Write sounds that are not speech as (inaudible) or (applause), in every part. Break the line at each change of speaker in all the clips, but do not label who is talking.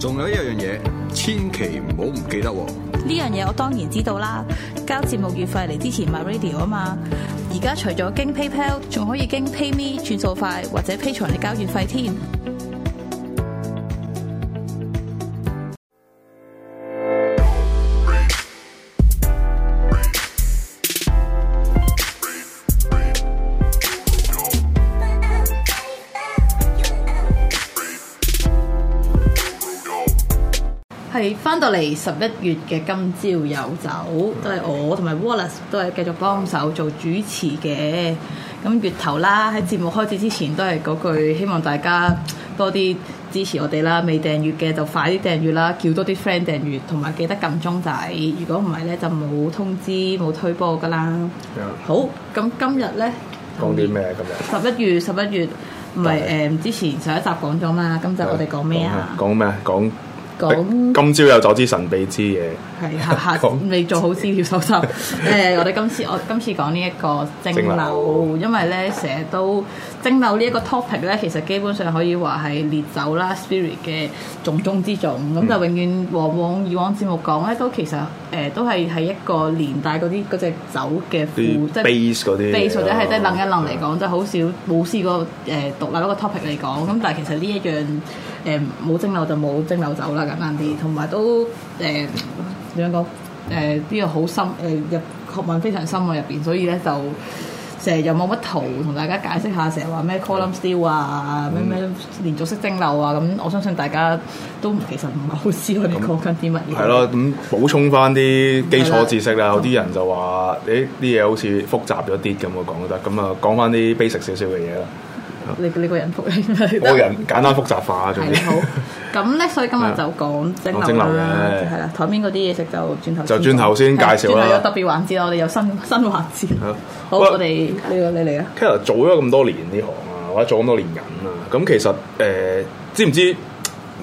仲有一樣嘢，千祈唔好唔記得喎。
喎。呢樣嘢我當然知道啦，交節目月費嚟之前 My Radio 啊嘛。而家除咗經 PayPal，仲可以經 PayMe 轉數快或者 Patreon 嚟交月費添。係翻到嚟十一月嘅今朝有
嗯
酒，都係我同埋 Wallace 都係繼續幫手做主持嘅。咁月頭啦，喺節目開始之前都係嗰句，希望大家多啲支持我哋啦。未訂閱嘅就快啲訂閱啦，叫多啲 friend 訂閱，同埋記得撳鐘仔。如果唔係咧，就冇通知冇推波噶啦。好，咁今日咧
講啲咩咁樣？
十一月十一月，唔係誒之前上一集講咗嘛，今集我哋講咩啊？
講咩？講
講
今朝有咗支神秘之嘢，
係下下
講
未做好資料搜集。誒、我哋今次我今次講呢一個蒸
蒸
餾，
餾
因為咧成日都蒸餾呢一個 topic 咧，其實基本上可以話係烈酒啦 spirit 嘅重中之重。咁就永遠往往以往節目講咧，都其實誒、都係喺一個連帶嗰啲嗰只酒嘅
啲
副即係
base 嗰啲啊
base 或者係即係楞一楞嚟講，真係好少冇試過誒、呃、獨立一個 topic 嚟講。咁但係其實呢一樣誒冇蒸餾就冇蒸餾酒啦，簡單啲，同埋都呃誒點樣講誒呢個好深誒入學問非常深喎入邊，所以咧就。成日又冇乜圖同大家解釋下，成日話咩 column still 啊，咩咩連續式蒸餾啊，咁我相信大家都其實唔係好知我哋講緊啲乜嘢。
係咯，咁補充翻啲基礎知識啦。有啲人就話：，誒啲嘢好似複雜咗啲咁，我講得咁啊，講翻啲 basic 少少嘅嘢啦。
你你個人服你
我個人簡單複雜化總
係
之
啦，，好。
(laughs)
咁咧，所以今日就講蒸
講蒸
餾
餾
啦，
嘅
係啦，台面嗰啲嘢食就轉頭
就轉頭先介紹啦
係轉頭有特別環節啦，我哋有新 (laughs) 新環節。好，
喂
我哋呢個你嚟啦。
Keller 做咗咁多年呢行啊，或者做咁多年人啊，咁其實誒、知唔知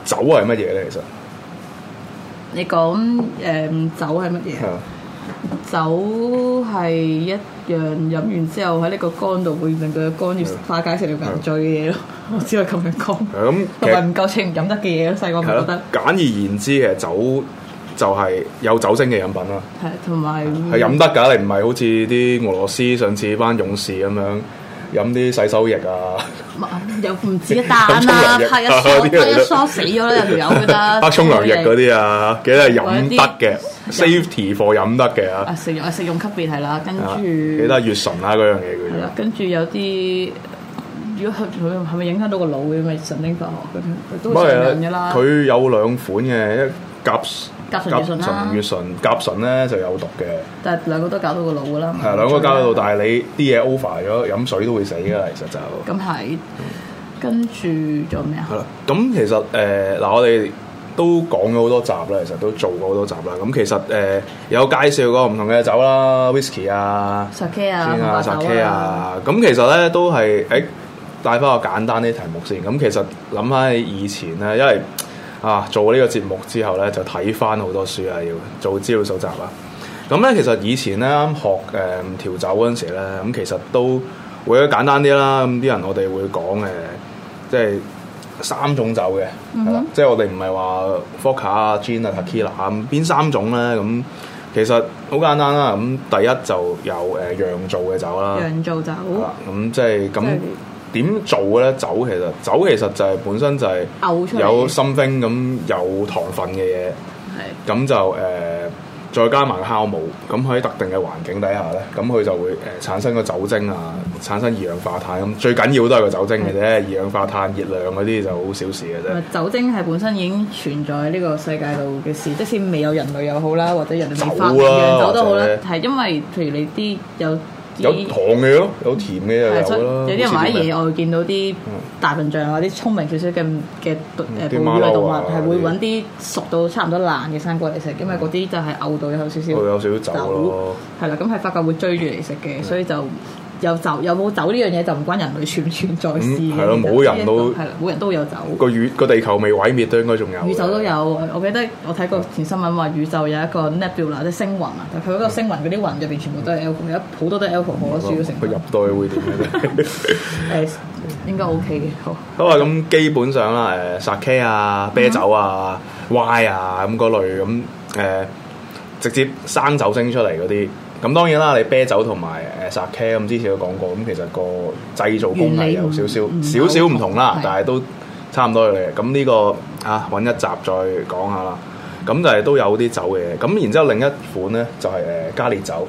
酒係乜嘢咧？其實
你講誒酒係乜嘢？
係啊
酒係一樣飲完之後喺呢個肝度會令佢肝要化解成條人醉嘅嘢咯。 (laughs) 我只係咁樣講，
係咁
同埋唔夠清唔飲得嘅嘢咯。細個咪
係
覺
咯
得，
簡而言之，其實酒就係有酒精嘅飲品啦，
係同埋
係飲得㗎，你唔係好似啲俄羅斯上次班勇士咁樣飲啲洗手液啊，
又唔止一單啦，
飲沖涼液
拍一
啊
梳
嗰啲
拍一
嚟
梳死咗啦，有條
(laughs)
友覺得
黑沖涼液嗰啲啊，其實係
或者
飲
啲
得嘅
飲
，safety for 飲得嘅
啊
啊，
食用啊食用級別係啦，跟
啊記得
住
係乙醇啦啊嗰
係
樣嘢
啦
叫，
跟住有啲如果佢佢係咪影響到個腦嘅咪神經化學咁都
做。
會上癮嘅啦。
佢有兩款嘅，一甲
甲醇乙醇啦
乙醇甲醇咧就有毒嘅，
但係兩個都搞到個腦㗎啦。
係兩個交喺度，但係你啲嘢 over 咗，飲水都會死㗎啦，其實就。
咁係跟住仲有咩啊
係？啦，咁其實誒呃嗱、我哋都講咗好多集啦，其實都做過好多集啦。咁其實誒、呃有介紹過唔同嘅酒啦，whisky 啊、
sake
先
啊，
啊、
紅白酒
sake，啊。咁其實咧都係誒帶翻個簡單啲題目先。咁其實諗翻起以前咧，因為啊做呢個節目之後咧，就睇翻好多書啊，要做資料搜集啊。咁咧其實以前咧啱學誒、調酒嗰陣時咧，咁其實都會簡單啲啦。咁啲人我哋會講誒，即係三種酒嘅，
嗯
係啦、即係我哋唔係話 f o c a 啊、gin 啊、tequila 啊咁邊三種咧？咁其實好簡單啦。咁第一就有誒釀造嘅酒啦，
釀造酒、
係啦咁即係
即
咁
係
點做嘅咧？酒其實酒其實就係本身就係
嘔出嚟
有 something 咁有糖分嘅嘢。
係
咁就誒、呃再加埋酵母，咁喺特定嘅環境底下咧，咁佢就會誒、呃、產生個酒精啊，產生二氧化碳咁，最緊要都係個酒精嘅啫，
嗯
二氧化碳、熱量嗰啲就好小事嘅啫。
酒精係本身已經存在喺呢個世界度嘅事，即使未有人類又好啦，或者人類未發明
酒啦
釀酒都好啦
或者，
係因為譬如你啲有
有糖嘅咯，有甜嘅
係
又
所以
有啦。
有啲人
好
話
似
喺
叫咩嗯
野外見到啲大笨象啊，啲聰明少少嘅嘅誒
啲
哺
馬
乳類動物
騮啊
係會
啲嗯
揾啲熟到差唔多爛嘅生果嚟食，因為嗰啲就係嘔到有少少
會哦有少少酒咯。嗯
係啦，咁係發覺會追住嚟食嘅，所以就有酒有冇酒呢樣嘢就唔關人類存唔存在事嘅。
嗯係咯
其實
冇人都
呢一個係啦，冇人都有酒。
個宇個地球未毀滅都應該仲有嘅。
宇宙都有，我記得我睇過前新聞話宇宙有一個 nebula 即係星雲啊，但佢嗰個星雲嗰啲雲入邊全部都係 alcohol，有好多都係 alcohol 咯，主要成
佢
分
入到去會點嘅咧？
誒應該 OK 嘅，好。
(laughs) 好啊，咁基本上啦，誒 sake
嗯
啊、啤酒啊、Y 啊咁嗰類咁誒，直接生酒精出嚟嗰啲。咁當然啦，你啤酒同埋誒 sake 啊咁之前有講過，咁其實個製造工藝有少少
原理唔嗯
少少唔同啦
係，
但係都差唔多嘅嚟。咁呢個啊，揾一集再講下啦。咁就係都有啲酒嘅，咁然之後另一款咧就係誒加烈酒。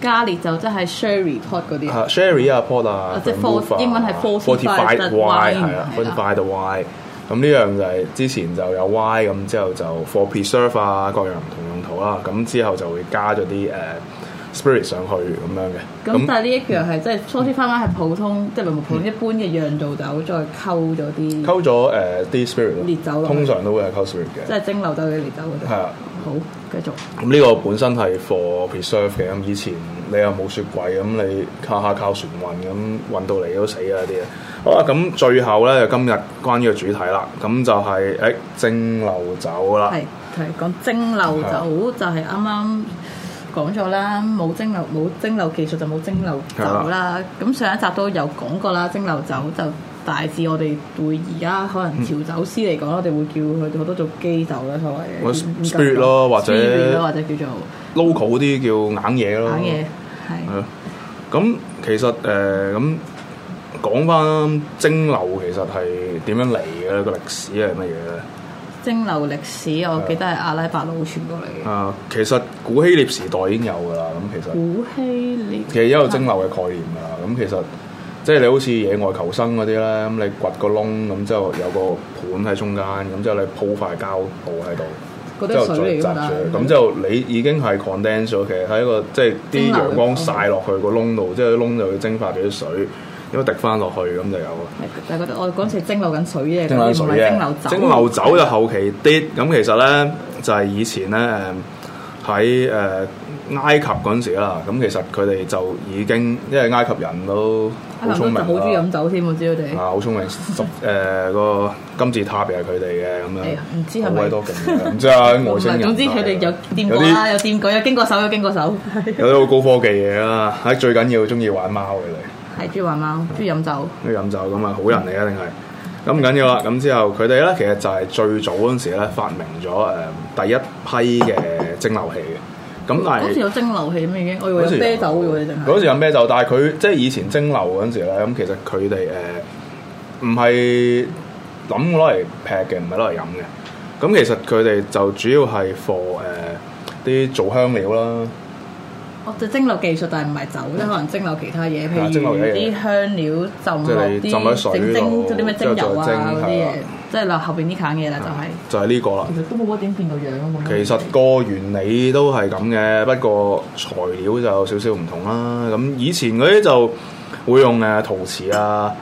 加烈就即係 sherry pot 嗰啲啊，
啊，sherry 啊，port 啊
啊，即係
vermouth 啊
for- 英文係 fortified
fortified
wine，
係啊啦
係啦
，fortified wine。咁呢樣就係之前就有 Y 咁，之後就 for preserve 啊，各樣唔同用途啦。咁之後就會加咗啲誒呃 spirit 上去咁樣嘅。
咁
咁
但係呢一樣係即係 s o r t y 翻翻係普通，即係唔係普通一般嘅釀造酒，再溝咗啲，
溝咗誒啲 spirit 咯
烈酒落去
通常都會係溝 spirit
即
嘅。
係蒸馏酒嘅烈酒嗰
係
度。
啊，
好，繼續。
咁呢個本身係 for preserve 嘅。咁以前你又冇雪櫃，咁你靠下靠船運，咁運到嚟都死啊啲嘢。好啦，咁最後咧就今日關於個主題啦，咁就係、誒蒸馏酒啦。
係係講蒸馏酒就係啱啱講咗啦，冇蒸馏冇蒸馏技術就冇蒸馏酒啦。咁上一集都有講過啦，蒸馏酒就大致我哋會而家可能調酒師嚟講，我哋會叫佢哋好多做基酒啦，所
或
謂
者
嘅
spirit 咯或者
spirit 咯或者叫做
local 啲叫硬嘢咯。
硬嘢係。
係咯。咁其實誒咁講翻蒸馏其實係點樣嚟嘅咧？個歷史係乜嘢咧？
蒸馏歷史，我記得係阿拉伯佬傳過嚟嘅。
啊、其實古希臘時代已經有㗎啦。咁其實。
古希臘
其實有一個蒸馏嘅概念㗎啦。咁其實即係你好似野外求生嗰啲咧，咁你掘個窿，咁之後有個盤喺中間，咁之後你鋪塊膠布喺度，
嗰
之後
啲
再
水嚟㗎
擲
嘛
住，咁之後你已經係 condense 咗，其實喺一個即係
蒸餾
啲
嘅
陽光曬落去個窿
嗯
度，之後啲窿就會蒸發咗啲水，咁樣滴翻落去咁就有啦。
但係嗰度我嗰陣時蒸馏緊水啫，
蒸
嗰
餾
啲
水
唔係蒸馏酒。
嘅，蒸餾酒就後期啲。咁其實咧就係、以前咧誒喺誒埃及嗰陣時啦，咁其實佢哋就已經因為埃及人都好聰明
好中意
啦
飲，酒添，我知道佢
啊
哋。
好聰明，十
(laughs)
誒、個金字塔又係佢哋嘅
係啊唔知
咁
係
樣，好
咪
鬼多勁
(laughs)
嘅，唔知啊外
唔
星
係，
人。啊
總之佢哋有掂
有
過
啲
啦，有掂過，有經過手，有經過手。
有啲好高科技嘢啦，喺最緊要中意玩貓嘅你。
係中意玩貓，中意飲酒。
呢飲酒咁啊，好人嚟一定係。咁唔緊要啦，咁之後佢哋咧其實就係最早嗰陣時咧發明咗誒、第一批嘅蒸馏器嘅。咁但
嗰時
係
有蒸馏器咩已經？我以為有
時
啤酒嘅喎，你淨
嗰
係。
時飲啤酒，但係佢即係以前蒸馏嗰陣時咧，咁其實佢哋呃誒唔係諗攞嚟劈嘅，唔係攞嚟飲嘅。咁其實佢哋就主要係 for 誒啲做香料啦，
我就蒸馏技術，但係唔係酒，即係可能蒸馏其他嘢，譬
啊蒸
如
馏嘢
啲香料浸
即係你浸
落
喺
啲
水
整
度
蒸嗰啲咩蒸油啊
之後再蒸
嗰啲嘢
係啊，
即係落後邊啲揀嘢啦，就係。
就係呢個啦。
其實都冇乜點變個樣啊冇乜
其實個原理都係咁嘅，不過材料就有少少唔同啦。咁以前嗰啲就會用誒陶瓷啊，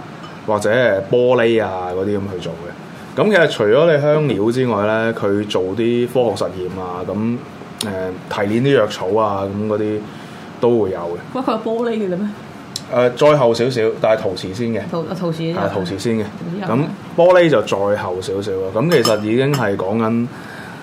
或者誒玻璃啊嗰啲咁去做嘅。咁其實除咗你香料之外咧，佢做啲科學實驗啊，咁誒、提煉啲藥草啊，咁嗰啲都會有嘅。
哇！佢有玻璃嘅咧咩？
誒、再後少少，但係陶瓷先嘅。
陶陶瓷
係啊陶瓷先嘅
唔知，有
咁
咩
玻璃就再後少少啦。咁其實已經係講緊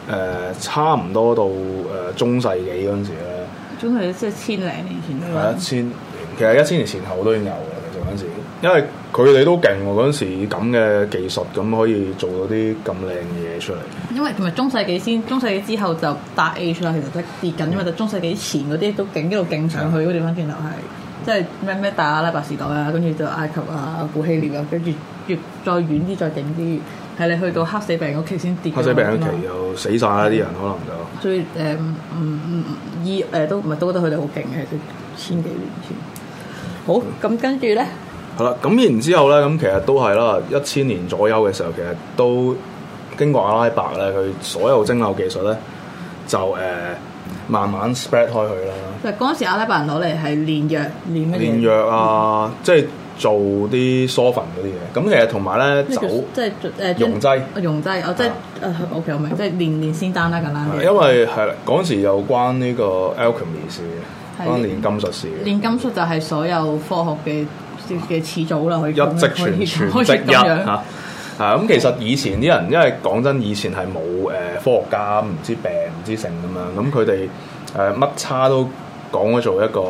誒差唔多到誒、呃中世紀嗰陣時咧，
總係即係千零年前都
係
有
一。千年，其實一千年前後都已經有嘅。其實嗰陣時，因為佢哋都勁喎，嗰陣時以咁嘅技術，咁可以做到啲咁靚嘅嘢出嚟。
因為同埋中世紀先，中世紀之後就大 H 啦，其實都跌緊，因為就中世紀前嗰啲都勁一路勁上去嗰地方轉頭係，即係咩咩大阿拉伯時代啊，跟住就埃及啊、古希臘啊，跟住越再遠啲再勁啲，係你去到黑死病嗰期先跌。
黑死病嗰期又死晒啦，啲人可能就
所以誒嗯嗯嗯醫誒都唔係都覺得佢哋好勁嘅，其實千幾年前。好，咁跟住咧，
係啦。咁然之後咧，咁其實都係啦，一千年左右嘅時候，其實都經過阿拉伯咧，佢所有蒸餾技術咧就誒、慢慢 spread 開佢啦。
就嗰陣時阿拉伯人攞嚟係煉藥，煉乜嘢？
煉藥啊，即係做啲疏粉嗰啲嘢。咁其實同埋咧
咩
酒
叫，即係誒
溶劑
呃溶劑哦，即係誒 OK 我明，即係煉煉仙丹啦，簡單啲。
因為係啦嗰陣時有關呢個 alchemy 事嘅，
係
關煉金術事嘅。
煉金術就係所有科學嘅嘅始祖啦，可以
一職全全
可以
職一
咁樣
嚇。啊，咁其實以前啲人，因為講真，以前係冇誒科學家，唔知病唔知性咁樣，咁佢哋誒乜叉都講咗做一個誒、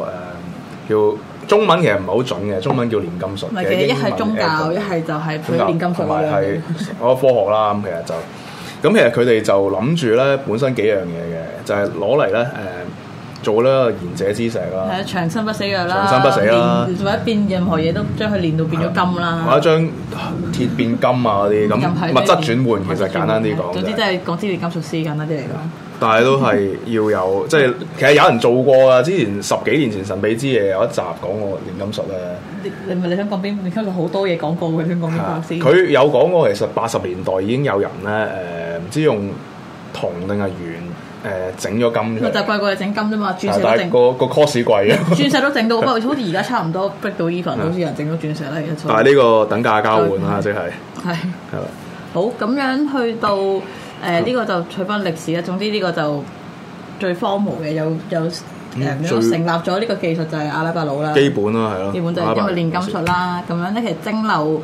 叫中文其實唔係好準嘅，中文叫煉金術
唔
嘅
係，其實一
英文
係宗教，
誒
一係就係佢
宗教
煉金術
同
嗰
埋
兩
係
樣。
嗰個科學啦。咁其實就咁，其實佢哋就諗住咧，本身幾樣嘢嘅，就係攞嚟咧誒做呢個賢者之石啦。
係啊，長生不死藥啦，
長生不死啦
煉或者變任何嘢都將佢練到變咗金
或者
啦。
將鐵變金啊嗰啲咁
任何嘢
物質轉換，其實簡單啲講
總之
就
即
係，
係講資料金屬師簡單啲嚟講，
但係都係要有即係其實有人做過啊！之前十幾年前神秘之夜有一集講過煉金術咧，
你你咪你想講邊？你聽過好多嘢講過嘅，想講邊個先？
佢有講過其實八十年代已經有人咧誒唔知用銅定係鉛誒整咗金出
咪就
嚟，
貴過你整金啫嘛，鑽石
但
都
係
整，
個個 cost 貴啊
(laughs)
嘅。 (laughs)
鑽石都整到，不過好似而家差唔多逼到 even，好似有人整咗鑽石啦，而家出
但係呢個等價交換啦，
嗯
即係
係。
係啦。
好，咁樣去到誒呢、
嗯
個就取翻歷史啦。總之呢個就最荒謬嘅，有有誒、
嗯
有
最
成立咗呢個技術就係阿拉伯佬啦。
基本啦，係
嗯
咯，
基本就係因為煉金術啦，咁樣咧其實蒸餾誒，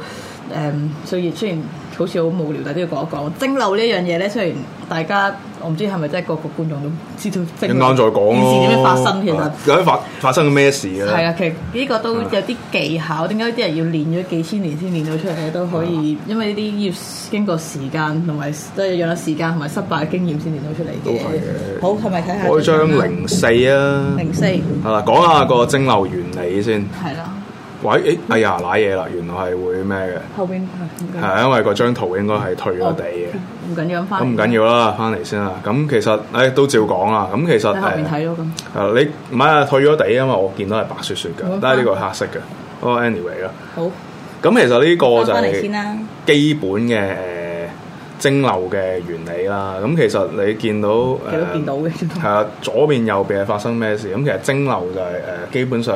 雖然雖然好似好無聊，但都要講一講蒸餾呢樣嘢咧。雖然大家我唔知係咪真係個個觀眾都知道
一
蒸餾
啱再講
件事點樣發生，其實
啊究竟發發生咗咩事嘅咧？
係啊，其實呢個都有啲技巧，點解啲人要練咗幾千年先練到出嚟咧？都可以，因為呢啲要經過時間同埋即係有咗時間同埋失敗嘅經驗先練到出嚟嘅。
都係嘅
好，係咪睇下
開張零四啊，
零四係
係啦，講下個蒸餾原理先。
啦，
喂，誒，哎呀，瀨嘢啦，原來係會咩嘅？
後邊
係因為個張圖應該係退咗地嘅，
唔緊要咁翻。
咁唔緊要啦，翻嚟先啦。咁其實誒都照講啦。咁其實
喺後邊
誒
睇咯咁。
誒你唔係啊，退咗地，因為我見到係白雪雪
好
嘅，但係呢個係黑色嘅。不過 anyway 啦，
好，
咁其實呢個就
翻返嚟先
係
啦。
基本嘅誒蒸餾嘅原理啦。咁其實你見到誒
其實都見到嘅。
(laughs) 係啊，左邊右邊係發生咩事？咁其實蒸餾就係、呃基本上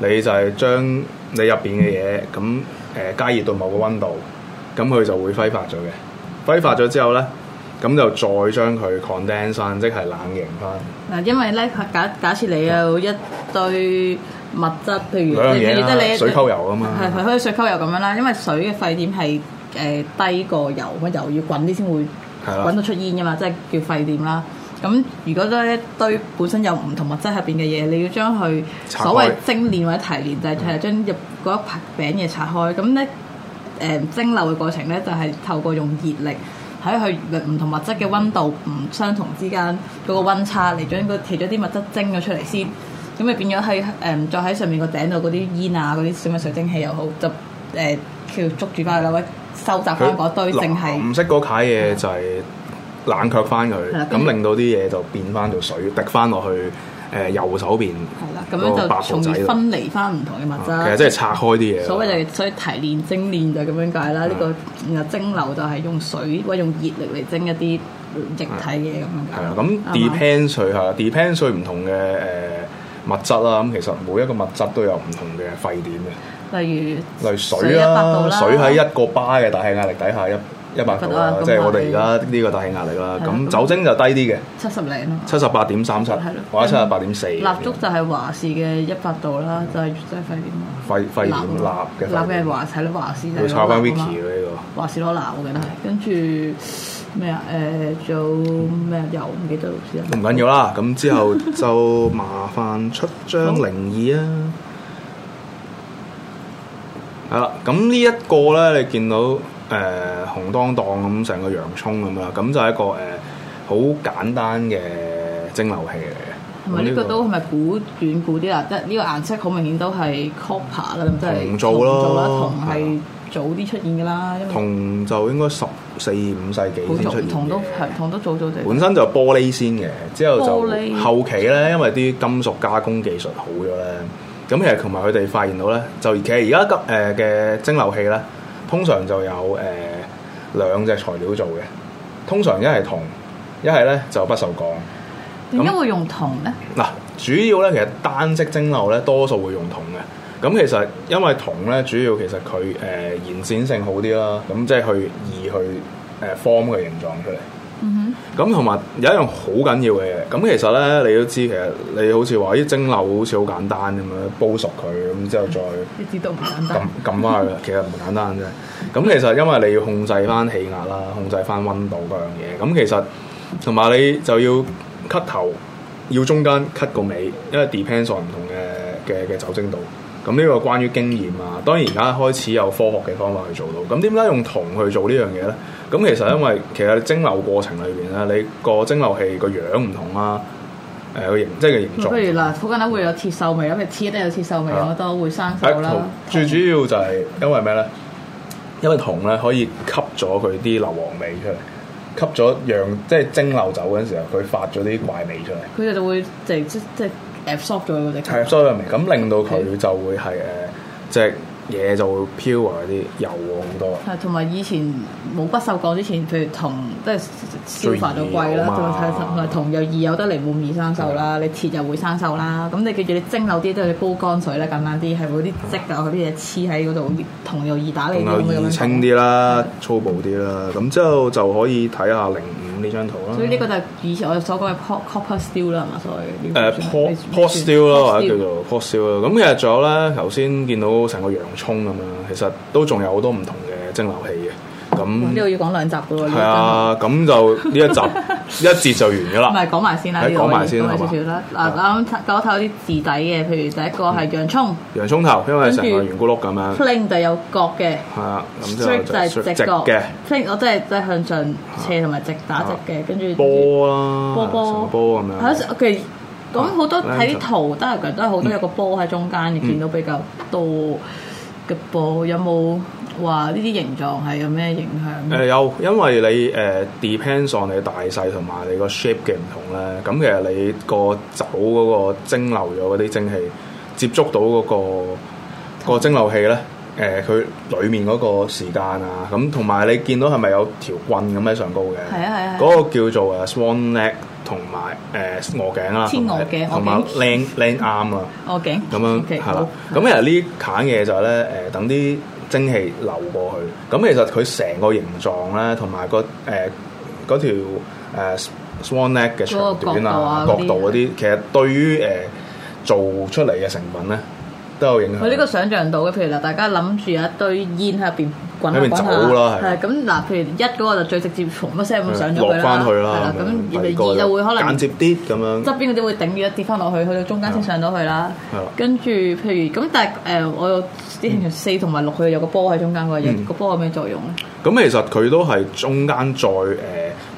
你就係將你入邊嘅嘢咁誒加熱到某個温度，咁佢就會揮發咗嘅。揮發咗之後咧，咁就再將佢 condense 翻，即係冷凝翻。
嗱，因為咧，假假設你有一堆物質，譬如
兩樣
嗯你
嘢啦
記得你
水溝油啊嘛
係係可以水溝油咁樣啦。因為水嘅沸點係誒、低過油，咁油要滾啲先會
係啦
滾到出煙噶嘛，即係叫沸點啦。咁如果咧一堆本身有唔同物質入邊嘅嘢，你要將佢
拆開
所謂精煉或者提煉，就係、係將入嗰一排餅嘢拆開。咁咧誒蒸餾嘅過程咧，就係、透過用熱力喺佢唔同物質嘅温度唔相同之間嗰個温差嚟將嗰其中啲物質蒸咗出嚟先，咁咪變咗喺誒再喺上面個頂度嗰啲煙啊嗰啲小嘅水蒸氣又好，就誒、呃叫捉住翻佢啦，或者收集翻嗰堆淨係
藍色嗰塊嘢就係冷卻翻佢
係啦，跟住
咁令到啲嘢就變翻做水滴翻落去誒、呃右手邊
係啦，咁
嗰個白
樣
袍
就從
仔
而
度。
分離翻唔同嘅物
啊其實
質。
真係拆開啲嘢啦。
所謂就係所以提煉精煉就係咁樣解啦，呢、個
嗯
然後蒸餾就係用水或者用熱力嚟蒸一啲液體嘅嘢咁樣解。
係啊，咁
啱嘛
depend 水係 depend 水唔同嘅誒、呃物質啦，咁其實每一個物質都有唔同嘅沸點嘅，
例如
例如
水
水
一百度
啦，
啦
水喺一個巴嘅大氣壓力底下一一百度啦
一百度啊，
即係
咁我
我哋
哋
而家呢個大氣壓力啦。
係啦
咁
咁
酒精就低啲嘅，
七十零咯。
七十八點三七
係咯
或者七十八點四。
蠟燭就係華氏嘅一百度啦，就係即係沸點啊。
沸沸點蠟嘅
蠟
沸點
嘅華係咯，華氏就
要
係
抄翻 Wiki
咯
嘅呢
華氏攞蠟，我記得係。跟住咩啊？誒做咩啊油唔記得老師
個，唔
啦。
緊要啦。咁
(laughs)
之後就麻煩出張
好
零二啊。係啦，咁呢一個咧，你見到誒、呃、紅當當咁成個洋葱咁啦，咁就係一個誒好、簡單嘅蒸餾器嚟嘅。
同埋呢個都係
咁
咪古遠古啲啊？即係呢個顏色好明顯都係 copper 啦，咁即係
銅做啦
銅做啦，銅
係啊
係早啲出現㗎啦，因為
銅就應該十四五世紀
好
先
早
出現
銅都
嘅
係銅都早早就
本身就玻璃先嘅，之後
玻璃
就後期咧，因為啲金屬加工技術好咗咧，咁其實同埋佢哋發現到咧，就其實而家急誒嘅蒸餾器咧，通常就有呃誒、兩隻材料做嘅，通常一係銅，一係咧就不鏽鋼，
點解會用銅咧？
嗱，主要咧其實單式蒸餾咧多數會用銅嘅。咁其實因為銅咧，主要其實佢誒、呃延展性好啲啦，咁即係去易去誒、呃 form 嘅形狀出嚟。
嗯
咁同埋有一樣好緊要嘅嘢，咁其實咧你都知，其實你好似話啲蒸餾好似好簡單咁樣，煲熟佢咁之後再。
哼，一啲都唔簡
撳
單。
撳翻佢啦，啊其實唔簡單啫。咁其實因為你要控制翻氣壓啦，控制翻温度嗰樣嘢。咁其實同埋你就要 cut 頭，要中間 cut 個尾，因為 depends on 唔同嘅嘅嘅酒精度。咁呢個關於經驗啊，當然而家開始有科學嘅方法去做到。咁點解用銅去做呢樣嘢咧？咁其實因為其實蒸餾過程裏邊咧，你個蒸餾器個樣唔同啦，誒、個形即係個形狀。
譬如嗱，好簡單會有鐵鏽味，咁你黐得有鐵鏽味，
係啊啊
我都會生
係
鏽啦。
最主要就係因為咩咧？因為銅咧可以吸咗佢啲硫磺味出嚟，吸咗讓即係蒸餾酒嗰陣時候，佢發咗啲怪味出嚟，
佢哋就會即即即 absorb 咗嗰
係
隻。
所以味咁令到佢就會係誒呃隻嘢就會 pure 啲油好多。
係啊同埋以前冇不鏽鋼之前，譬如銅即係消化到貴啦，
最易啊嘛
同埋同埋銅又易有得嚟冇易生鏽啦，你鐵又會生鏽啦。咁你記住你蒸餾啲都係煲乾水啦，簡單啲係會啲積啊嗰啲嘢黐喺嗰度，銅又易打理
仲
啲
有
咁樣
易清啲啦，粗暴啲啦，咁之後就可以睇下零五呢張圖啦。
所以呢個就係以前我哋所講嘅 po- copper steel 啦，係嘛？所謂
誒
呢個
pot
算算
pot still 啦，或
pot
者
steel
叫做 pot still 啦。咁其實仲有咧，頭先見到成個洋葱咁樣，其實都仲有好多唔同嘅蒸餾器嘅。
哇呢度
咁
要講兩集嘅喎，呢個真
嗯
係
係啊，咁就呢一
(laughs)
集一節就完咗
唔
啦。
係講埋先啦，
係
呢個
講埋先
講埋
好
少
嘛
少啦。嗱，啱啱講睇有啲字底嘅，譬如第一個係洋葱
洋葱頭，因為成個
跟
圓
住
咕碌咁樣，
，plain 就有角嘅
係啊，嗯咁之後
，straight 就係
就
直
直
角
嘅啊
，plain 我真係真係向上斜同埋直打直嘅，跟住
波啦，
波波
成個波咁
係
樣。
啊其實咁好多
啊嗯
睇啲圖都係都係好多有個波喺中間，你見到比較多嘅波。有冇話呢啲形狀係有咩影響？
誒呃有，因為你誒 depends on 你大細同埋你個 shape 嘅唔同咧，咁其實你個酒嗰個蒸餾咗嗰啲蒸氣接觸到嗰、個、個蒸餾器咧，誒、佢裡面嗰個時間啊，咁同埋你見到係咪有條棍咁喺上高嘅？
係啊係啊係啊
嗰個叫做誒呃 swan neck 同埋誒鵝頸啦，
天鵝頸
同埋
鵝頸
靚靚啱啊！
我頸
咁樣
OK，
係啦
好。
咁其實呢揀嘢就係咧誒，等啲蒸氣流過去。咁其實佢成個形狀咧，同埋個誒嗰條誒 swan neck 嘅長短啊、
嗰個角
角
度啊
度嗰啲，其實對於誒做出嚟嘅成品咧都有影響。
佢呢個想像到嘅，譬如嗱，大家諗住有一堆煙喺入邊滾下
喺入邊
滾下，
走啦係
係咁嗱，譬如一嗰個就最直接，從乜聲咁上咗
落
佢啦，
翻去啦，
係啦，
咁樣第二
咁
個
二就會可能
間接啲咁樣。
側邊嗰啲會頂住一跌翻落去，去到中間先上到去啦
係啦。
跟住譬如咁，但係誒、我有啲興趣四同埋六，佢有個波喺中間嗰
嗯
個波有咩作用咧？
咁其實佢都係中間再誒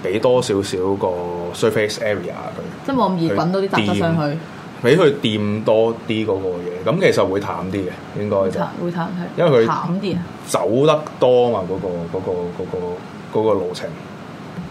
俾多少少個 surface area 佢。
即係冇咁易滾到啲雜質上去，
俾佢掂多啲嗰個嘢，咁其實會淡啲嘅，應該
會
就
淡會淡係，
因為佢
淡啲啊！
走得多嘛，嗰、個嗰、個嗰、個嗰個路程。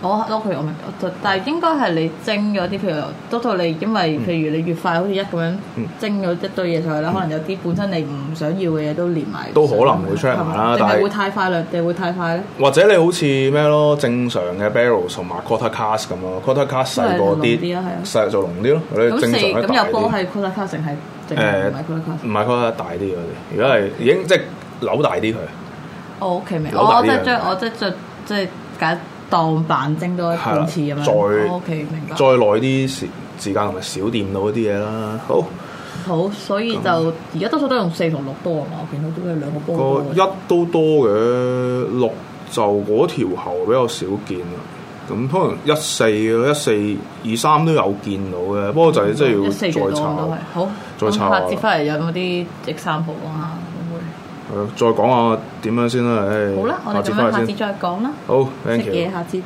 我我佢我明，我就但係應該係你蒸咗啲，譬如多到你，因為譬如你越快好似一咁樣
嗯
蒸咗一堆嘢上去啦，可能有啲本身你唔想要嘅嘢都連埋上去，
都可能會 check 埋啦
定
但係
係會太快啦，定係會太快咧？
或者你好似咩咯，正常嘅 barrel 同埋 quarter cast 咁咯，quarter cast 細個
都係濃啲啦係啊
啲，細就濃啲咯。你
咁
正
四
常嘅
咁有波
大啲，
係 quarter 啊 cast 定係定係
誒
唔係 quarter cast？
唔係 quarter 大啲嗰啲。如果係已經即係扭大啲佢，
我屋企明，
扭
哦我
大
我
啲
即係
啊
將我即係著即係揀當板蒸多一
係啦
半次咁樣。
再
我屋企明白
再。耐啲時時間同埋少掂到嗰啲嘢啦。好，
好，所以就而家多數都用四同六多啊嘛，我見到都係兩個波多
個
嘅。
一都多嘅，六就嗰條喉比較少見啦。咁可能一四咯，一四二三都有見到嘅，不過就係即
嗯一四
係
幾
要
多
再
咁都
查
係。好，
再
咁
炒下
下節翻嚟有冇啲 example 啊？
係啊咯再講下點樣先啦。唉
會唔會好啦，我
下
哋
節
咁
翻
樣
嚟
下
先
次再講啦。
好
食
，thank you。
嘢下次。